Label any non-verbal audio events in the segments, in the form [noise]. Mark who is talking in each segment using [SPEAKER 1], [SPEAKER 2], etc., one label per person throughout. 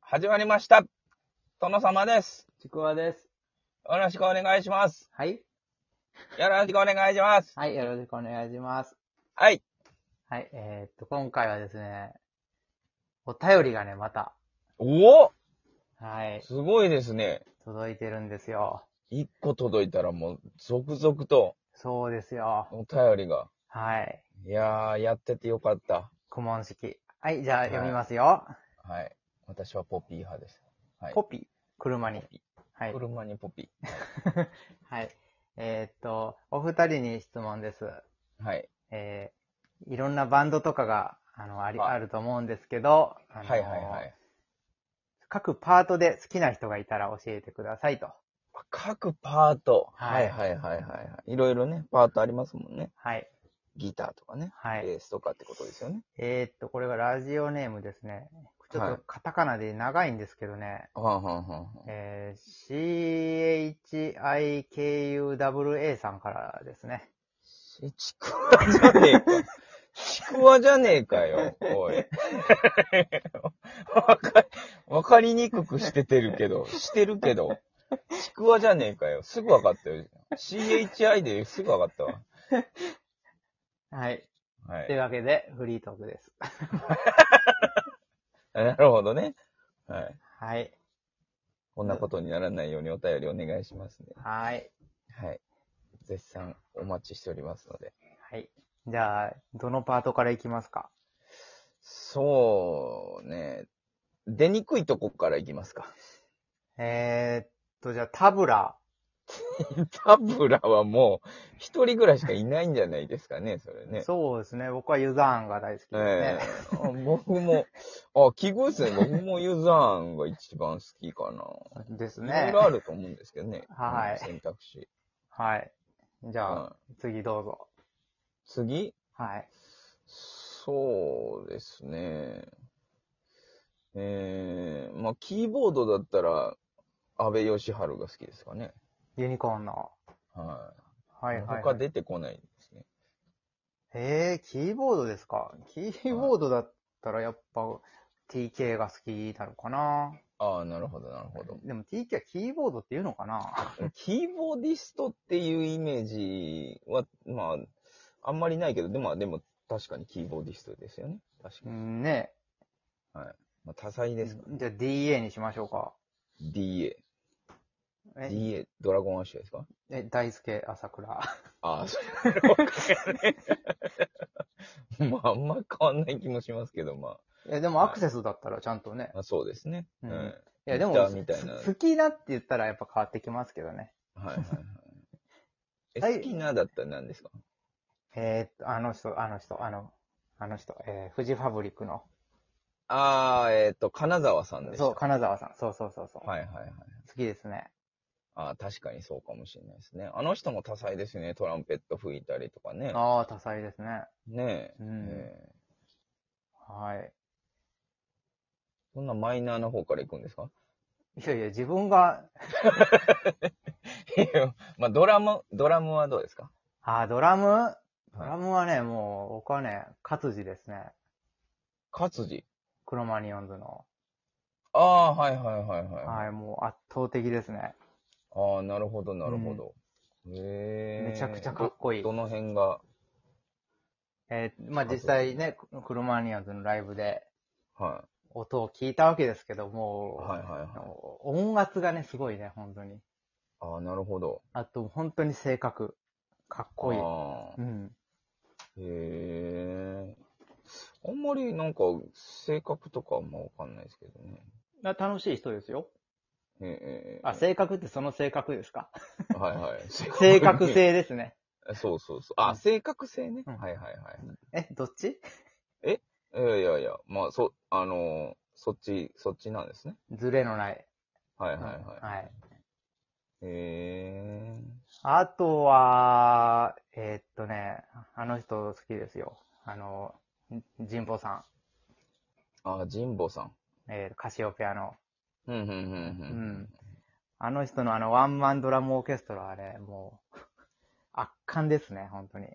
[SPEAKER 1] 始まりました。殿様です。
[SPEAKER 2] ちくわです。
[SPEAKER 1] よろしくお願いします。
[SPEAKER 2] はい。
[SPEAKER 1] よろしくお願いします。
[SPEAKER 2] はい、よろしくお願いします。
[SPEAKER 1] はい。
[SPEAKER 2] はい、えーっと、今回はですね、お便りがね、また、
[SPEAKER 1] おお
[SPEAKER 2] はい、
[SPEAKER 1] すごいですね。
[SPEAKER 2] 届いてるんですよ。
[SPEAKER 1] 一個届いたらもう、続々と
[SPEAKER 2] そうですよ。
[SPEAKER 1] お便りが。
[SPEAKER 2] はい、
[SPEAKER 1] いやー、やっててよかった。
[SPEAKER 2] 古文式。はい、じゃあ
[SPEAKER 1] はい
[SPEAKER 2] 読みますよ。
[SPEAKER 1] はい。私はポピー派です。はい。
[SPEAKER 2] ポピー。車に
[SPEAKER 1] ポ。ピ
[SPEAKER 2] は
[SPEAKER 1] ー
[SPEAKER 2] い。
[SPEAKER 1] 車にポピ
[SPEAKER 2] はい。えーっと、お二人に質問です。
[SPEAKER 1] ー。はい。
[SPEAKER 2] えー、いろんなバンドとかが、あの、あり、
[SPEAKER 1] はい
[SPEAKER 2] あると思うんですけど、あの
[SPEAKER 1] はいはいはい。
[SPEAKER 2] 各パートで好きな人がいたら教えてくださいと。
[SPEAKER 1] 各パート。は
[SPEAKER 2] はいい
[SPEAKER 1] はいはいはいはい。いろいろね、パートありますもんね。
[SPEAKER 2] はい。
[SPEAKER 1] ギターとかね。
[SPEAKER 2] はい。
[SPEAKER 1] ベースとかってことですよね。
[SPEAKER 2] えーっと、これがラジオネームですね。ちょ
[SPEAKER 1] は
[SPEAKER 2] っ
[SPEAKER 1] い
[SPEAKER 2] とカタカナで長いんですけどね。
[SPEAKER 1] はんはんはんはん。
[SPEAKER 2] えー CHIKUWA さんからですね。
[SPEAKER 1] え、ちくわじゃねえか。ちくわじゃねえかよ、おい。わか、わかりにくくしててるけど、してるけど、ちくわじゃねえかよ。すぐわかったよ。CHI ですぐわかったわ。
[SPEAKER 2] はい。
[SPEAKER 1] は
[SPEAKER 2] とい
[SPEAKER 1] い。
[SPEAKER 2] うわけで、フリートークです。
[SPEAKER 1] なるほどね。はい。
[SPEAKER 2] はい。
[SPEAKER 1] こんなことにならないようにお便りお願いしますね。
[SPEAKER 2] はい。
[SPEAKER 1] はい。絶賛お待ちしておりますので。
[SPEAKER 2] はい。じゃあ、どのパートからいきますか
[SPEAKER 1] そうね。出にくいとこからいきますか。
[SPEAKER 2] えーっと、じゃあ、タブラ。
[SPEAKER 1] [laughs] タブラはもう、一人ぐらいしかいないんじゃないですかね、それね。
[SPEAKER 2] そうですね。僕はユザーンが大好き
[SPEAKER 1] え
[SPEAKER 2] ですね。
[SPEAKER 1] えあ僕も、あ、奇遇ですね。僕もユーザーンが一番好きかな。
[SPEAKER 2] です
[SPEAKER 1] いろい
[SPEAKER 2] ね。
[SPEAKER 1] ろあると思うんですけどね。
[SPEAKER 2] はい
[SPEAKER 1] 選択肢。
[SPEAKER 2] はい。じゃあ、
[SPEAKER 1] うん
[SPEAKER 2] 次どうぞ。
[SPEAKER 1] 次
[SPEAKER 2] はい。
[SPEAKER 1] そうですね。ええまあ、キーボードだったら、安倍義治が好きですかね。
[SPEAKER 2] ユニコーンの。
[SPEAKER 1] は。
[SPEAKER 2] はいいはい、はい。
[SPEAKER 1] 他出てこないですね。
[SPEAKER 2] えー、キーボードですか。キーボードだったらやっぱ TK が好きなのかな。
[SPEAKER 1] ああ、なるほど、なるほど。
[SPEAKER 2] でも TK はキーボードっていうのかな。
[SPEAKER 1] キーボーディストっていうイメージは、まあ、あんまりないけど、でも、まあでも確かにキーボーディストですよね。確
[SPEAKER 2] う
[SPEAKER 1] かに。
[SPEAKER 2] んね
[SPEAKER 1] まあ、多彩
[SPEAKER 2] え。
[SPEAKER 1] ですから、
[SPEAKER 2] じゃあ DA にしましょうか。
[SPEAKER 1] DA。
[SPEAKER 2] え、
[SPEAKER 1] DA、ドラゴンアッシュですか
[SPEAKER 2] え大輔朝倉。 [laughs]
[SPEAKER 1] ああ、そういうことか [laughs] ね。まあ、あんま変わんない気もしますけど、ま
[SPEAKER 2] え、でもアクセスだったらちゃんとね
[SPEAKER 1] あ、。まあ、そうですね。
[SPEAKER 2] う
[SPEAKER 1] うんん。はい
[SPEAKER 2] いや、でも
[SPEAKER 1] ギターみたいな
[SPEAKER 2] す好きだって言ったらやっぱ変わってきますけどね。 [laughs]
[SPEAKER 1] はいはい。え、
[SPEAKER 2] はい
[SPEAKER 1] 好きなだったら何ですか
[SPEAKER 2] えーっと、あの人、あの人、あの、あの人、えー、フジファブリックの。
[SPEAKER 1] ああ、えっ、と、金沢さんですか。
[SPEAKER 2] そう、金沢さん。そうそうそうそう。
[SPEAKER 1] はいはいはい。
[SPEAKER 2] 好きですね。
[SPEAKER 1] ああ、確かにそうかもしれないですね。あの人も多彩ですね。トランペット吹いたりとかね。
[SPEAKER 2] ああ、多彩ですね。
[SPEAKER 1] ねえ。
[SPEAKER 2] うん
[SPEAKER 1] ええ
[SPEAKER 2] はい。
[SPEAKER 1] そんなマイナーの方から行くんですか [laughs]
[SPEAKER 2] いやいや、自分が、
[SPEAKER 1] いやまあ、ドラム、ドラムはどうですか
[SPEAKER 2] あー、ドラムド
[SPEAKER 1] は
[SPEAKER 2] ラムはね、もう、僕はね、活字ですね。
[SPEAKER 1] 勝地。
[SPEAKER 2] クロマニオンズの。
[SPEAKER 1] ああ、はいはいはいはい。
[SPEAKER 2] はい、もう圧倒的ですね。
[SPEAKER 1] ああ、なるほどなるほど。へえ。
[SPEAKER 2] めちゃくちゃかっこいい
[SPEAKER 1] ど。どの辺が、
[SPEAKER 2] えーまあ実際ね、クロマニオンズのライブで
[SPEAKER 1] は
[SPEAKER 2] 音を聞いたわけですけど
[SPEAKER 1] い。
[SPEAKER 2] も、
[SPEAKER 1] はいはいはい。
[SPEAKER 2] 音圧がね、すごいね、本当に。
[SPEAKER 1] ああ、なるほど。
[SPEAKER 2] あと、本当に性格。かっこいい。
[SPEAKER 1] ああ
[SPEAKER 2] うん。
[SPEAKER 1] へえ。あんまりなんか、性格とかあんまわかんないですけどね。
[SPEAKER 2] な楽しい人ですよ。
[SPEAKER 1] ええええ
[SPEAKER 2] あ、性格ってその性格で
[SPEAKER 1] [laughs]
[SPEAKER 2] すか
[SPEAKER 1] はいはい。
[SPEAKER 2] [laughs] 性格。性ですね。
[SPEAKER 1] そうそうそう。あ、性格性ね。
[SPEAKER 2] うん
[SPEAKER 1] はいはいはい。
[SPEAKER 2] え、どっち
[SPEAKER 1] いやいやいや、まあ、そ、あのーそっち、そっちなんですね。
[SPEAKER 2] ズレのない。
[SPEAKER 1] はいはい
[SPEAKER 2] うん
[SPEAKER 1] はい。
[SPEAKER 2] はい。
[SPEAKER 1] へ
[SPEAKER 2] あとは、えーっとね、あの人好きですよ。あの、ジンボさ
[SPEAKER 1] ー。あ、ジンボさん。
[SPEAKER 2] ん。えーカシオペアの。
[SPEAKER 1] うん、うん、うん、う
[SPEAKER 2] う
[SPEAKER 1] ん。
[SPEAKER 2] ん。あの人のあのワンマンドラムオーケストラはね、 [laughs] もう、圧巻ですね、本当に。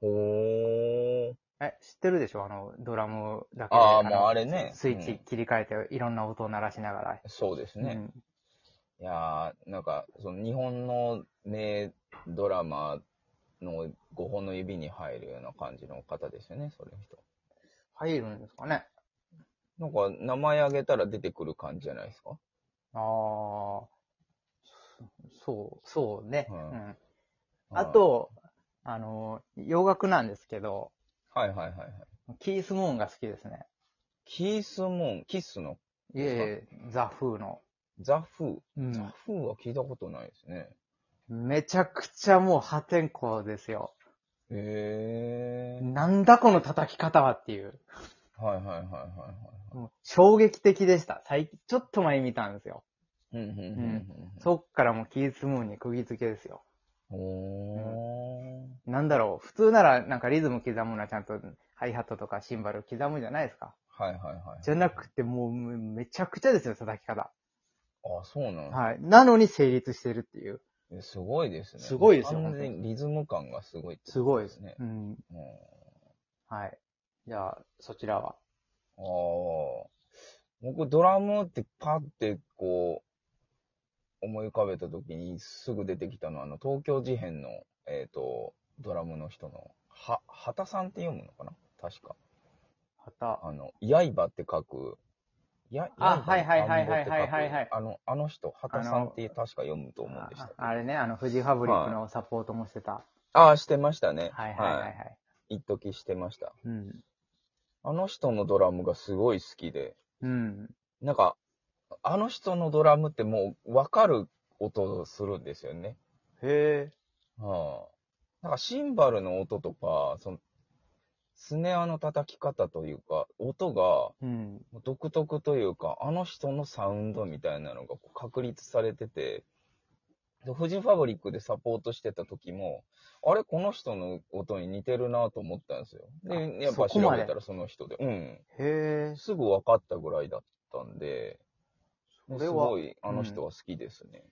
[SPEAKER 1] ほー。
[SPEAKER 2] え、知ってるでしょあの、ドラムだけで。
[SPEAKER 1] ああ、
[SPEAKER 2] の
[SPEAKER 1] もうあれね。
[SPEAKER 2] スイッ
[SPEAKER 1] う
[SPEAKER 2] チ
[SPEAKER 1] ん
[SPEAKER 2] 切り替えて、いろんな音を鳴らしながら。
[SPEAKER 1] そうですね。
[SPEAKER 2] うん
[SPEAKER 1] いやー、なんか、その日本の名ドラマの5本の指に入るような感じの方ですよね、それの人。
[SPEAKER 2] 入るんですかね
[SPEAKER 1] なんか、名前挙げたら出てくる感じじゃないですか。
[SPEAKER 2] ああ、そそう、そうね。
[SPEAKER 1] う
[SPEAKER 2] うんん。あ、と、あの、洋楽なんですけど、
[SPEAKER 1] はいはいはいはい。
[SPEAKER 2] キース・ムーンが好きですね。
[SPEAKER 1] キース・モン、キスの
[SPEAKER 2] いえいえ、ザ・フーの。
[SPEAKER 1] ザ・フー。
[SPEAKER 2] うん
[SPEAKER 1] ザ・フーは聞いたことないですね。
[SPEAKER 2] めちゃくちゃもう破天荒ですよ。
[SPEAKER 1] へえ。
[SPEAKER 2] なんだこの叩き方はっていう。
[SPEAKER 1] はいはいはいはいはい。
[SPEAKER 2] もう衝撃的でした。最近、ちょっと前に見たんですよ。
[SPEAKER 1] うんうんうん
[SPEAKER 2] そっからもうキースムーンに釘付けですよ。
[SPEAKER 1] うん。おー。
[SPEAKER 2] なんだろう、普通ならなんかリズム刻むのはちゃんとハイハットとかシンバル刻むじゃないですか。
[SPEAKER 1] はいはいはい。
[SPEAKER 2] じゃなくてもうめめちゃくちゃですよ、叩き方。
[SPEAKER 1] あ、そうなんだ
[SPEAKER 2] はい。なのに成立してるっていう。
[SPEAKER 1] えすごいですね。
[SPEAKER 2] すごいですよ
[SPEAKER 1] 完全にリズム感がすごいってこと。
[SPEAKER 2] うん。
[SPEAKER 1] うん
[SPEAKER 2] はい。じゃあ、そちらは。
[SPEAKER 1] ああ。僕、ドラムってパってこう、思い浮かべた時にすぐ出てきたのは、あの、東京事変の、えっ、と、ドラムの人の、は、畑さんって読むのかな確か。
[SPEAKER 2] 旗。
[SPEAKER 1] あの、刃って書く、や、
[SPEAKER 2] あ
[SPEAKER 1] 刃
[SPEAKER 2] はいはいはいは
[SPEAKER 1] 田ん
[SPEAKER 2] い
[SPEAKER 1] ぼって書く
[SPEAKER 2] はいはいはい
[SPEAKER 1] あの、あの人、畑さんって確か読むと思うん
[SPEAKER 2] あ
[SPEAKER 1] でした。
[SPEAKER 2] あれね、あの、フジファブリックのサポートもしてた。
[SPEAKER 1] ああ、してましたね。
[SPEAKER 2] はいはいはいはい。
[SPEAKER 1] 一時してました。
[SPEAKER 2] うん。
[SPEAKER 1] あの人のドラムがすごい好きで、
[SPEAKER 2] うん。
[SPEAKER 1] なんか、あの人のドラムってもう分かる音をするんですよね。
[SPEAKER 2] へえ。
[SPEAKER 1] はあ、なんかシンバルの音とか、その、スネアの叩き方というか、音が
[SPEAKER 2] うん。
[SPEAKER 1] 独特というか、あの人のサウンドみたいなのがこう確立されてて、でフジファブリックでサポートしてた時も、あれ、この人の音に似てるなと思ったんですよ。
[SPEAKER 2] あ
[SPEAKER 1] で、やっぱ
[SPEAKER 2] そこ
[SPEAKER 1] 調
[SPEAKER 2] ま
[SPEAKER 1] べ
[SPEAKER 2] で
[SPEAKER 1] たらその人で。うん。
[SPEAKER 2] へえ。
[SPEAKER 1] すぐ分かったぐらいだったんで、
[SPEAKER 2] そ
[SPEAKER 1] す
[SPEAKER 2] れは
[SPEAKER 1] ご、いあの人は好きですね。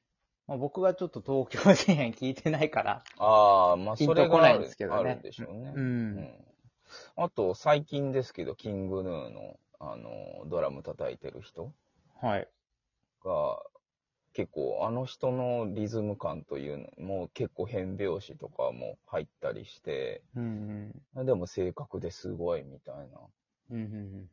[SPEAKER 2] まあ、僕がちょっと東京事変聞いてないから。
[SPEAKER 1] ああ、まあ
[SPEAKER 2] ピン
[SPEAKER 1] そ
[SPEAKER 2] と
[SPEAKER 1] れ
[SPEAKER 2] こ
[SPEAKER 1] が
[SPEAKER 2] な
[SPEAKER 1] あ
[SPEAKER 2] いん
[SPEAKER 1] る
[SPEAKER 2] ですけど
[SPEAKER 1] あ
[SPEAKER 2] ね
[SPEAKER 1] るんでしょうね。
[SPEAKER 2] う。
[SPEAKER 1] うんんあと、最近ですけど、キングヌーの、あの、ドラム叩いてる人
[SPEAKER 2] はい。
[SPEAKER 1] が、結構、あの人のリズム感というのも、結構変拍子とかも入ったりして、
[SPEAKER 2] うん。
[SPEAKER 1] でも正確ですごいみたい
[SPEAKER 2] うん。うん。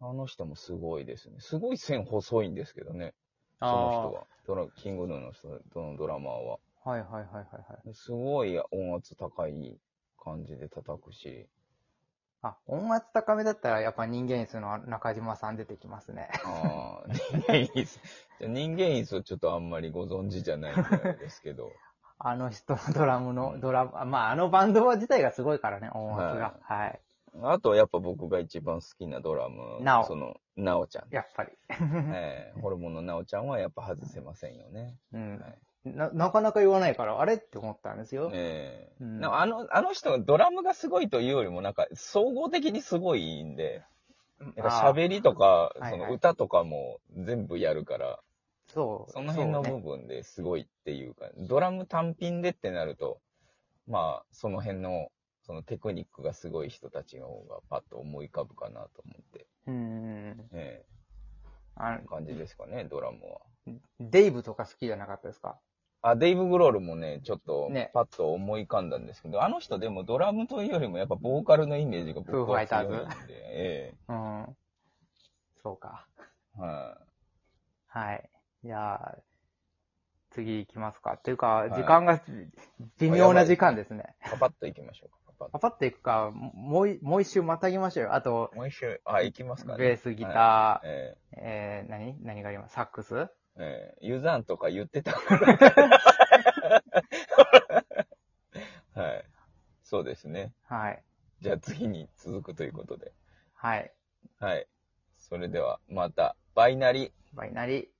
[SPEAKER 1] な。あの人もすごいですね。すごい線細いんですけどね、そ
[SPEAKER 2] あ
[SPEAKER 1] の
[SPEAKER 2] あ
[SPEAKER 1] 人は。ドラキングヌーの人、どのドラマーは。
[SPEAKER 2] ー。はいはいはいはいはい。
[SPEAKER 1] すごい音圧高い感じで叩くし、
[SPEAKER 2] あ、音圧高めだったらやっぱ人間室の中島さん出てきますね。
[SPEAKER 1] あー人間椅子。じゃあ人間椅子をちょっとあんまりご存知じゃないみたいですけど、
[SPEAKER 2] あの人のドラムの、ドラム、あまああのバンドは自体がすごいからね、音圧が。はい。
[SPEAKER 1] あとやっぱ僕が一番好きなドラム、
[SPEAKER 2] なお
[SPEAKER 1] その、なおちゃん。
[SPEAKER 2] やっぱり。
[SPEAKER 1] ええホルモンのなおちゃんはやっぱ外せませんよね。
[SPEAKER 2] うん
[SPEAKER 1] はい。
[SPEAKER 2] な、なかなか言わないから、あれって思ったんですよ。
[SPEAKER 1] ええ
[SPEAKER 2] うん
[SPEAKER 1] なあの、あの人がドラムがすごいというよりもなんか総合的にすごいんで、なんか
[SPEAKER 2] あー
[SPEAKER 1] 喋りとか、
[SPEAKER 2] あー
[SPEAKER 1] そ
[SPEAKER 2] はいは
[SPEAKER 1] の
[SPEAKER 2] い
[SPEAKER 1] 歌とかも全部やるから、
[SPEAKER 2] そう。
[SPEAKER 1] その辺の
[SPEAKER 2] そう
[SPEAKER 1] 部
[SPEAKER 2] ね
[SPEAKER 1] 分ですごいっていうか、ドラム単品でってなると、まあ、その辺の、そのテクニックがすごい人たちの方がパッと思い浮かぶかなと思って、
[SPEAKER 2] うん。
[SPEAKER 1] え
[SPEAKER 2] あ
[SPEAKER 1] え感じですかね、ドラムは。
[SPEAKER 2] デイブとか好きじゃなかったですか
[SPEAKER 1] あ、デイブ・グロールもね、ちょっと
[SPEAKER 2] ね
[SPEAKER 1] パッと思い浮かんだんですけど、あの人でもドラムというよりもやっぱボーカルのイメージが僕
[SPEAKER 2] フーファ
[SPEAKER 1] は
[SPEAKER 2] イタ
[SPEAKER 1] 強い
[SPEAKER 2] ーズ
[SPEAKER 1] んで、え
[SPEAKER 2] うん。そうか。
[SPEAKER 1] えはい
[SPEAKER 2] はい。じゃあ、次行きますか。というか、
[SPEAKER 1] い
[SPEAKER 2] 時間が微妙な時間ですね。
[SPEAKER 1] パパッといきましょうか、パパ
[SPEAKER 2] パパッと行くか、もうい、もう一周またぎましょうよ。あと
[SPEAKER 1] ッ、と。もう一周、あ、いきますかね。
[SPEAKER 2] ベース、ギター、
[SPEAKER 1] はいえ
[SPEAKER 2] えー、何何がありますサックス
[SPEAKER 1] えええユザンとか言ってたから。
[SPEAKER 2] [laughs]
[SPEAKER 1] はい。そうですね。
[SPEAKER 2] はい。
[SPEAKER 1] じゃあ次に続くということで。
[SPEAKER 2] はい。
[SPEAKER 1] はい。それではまた、バイナリー。
[SPEAKER 2] バイナリー。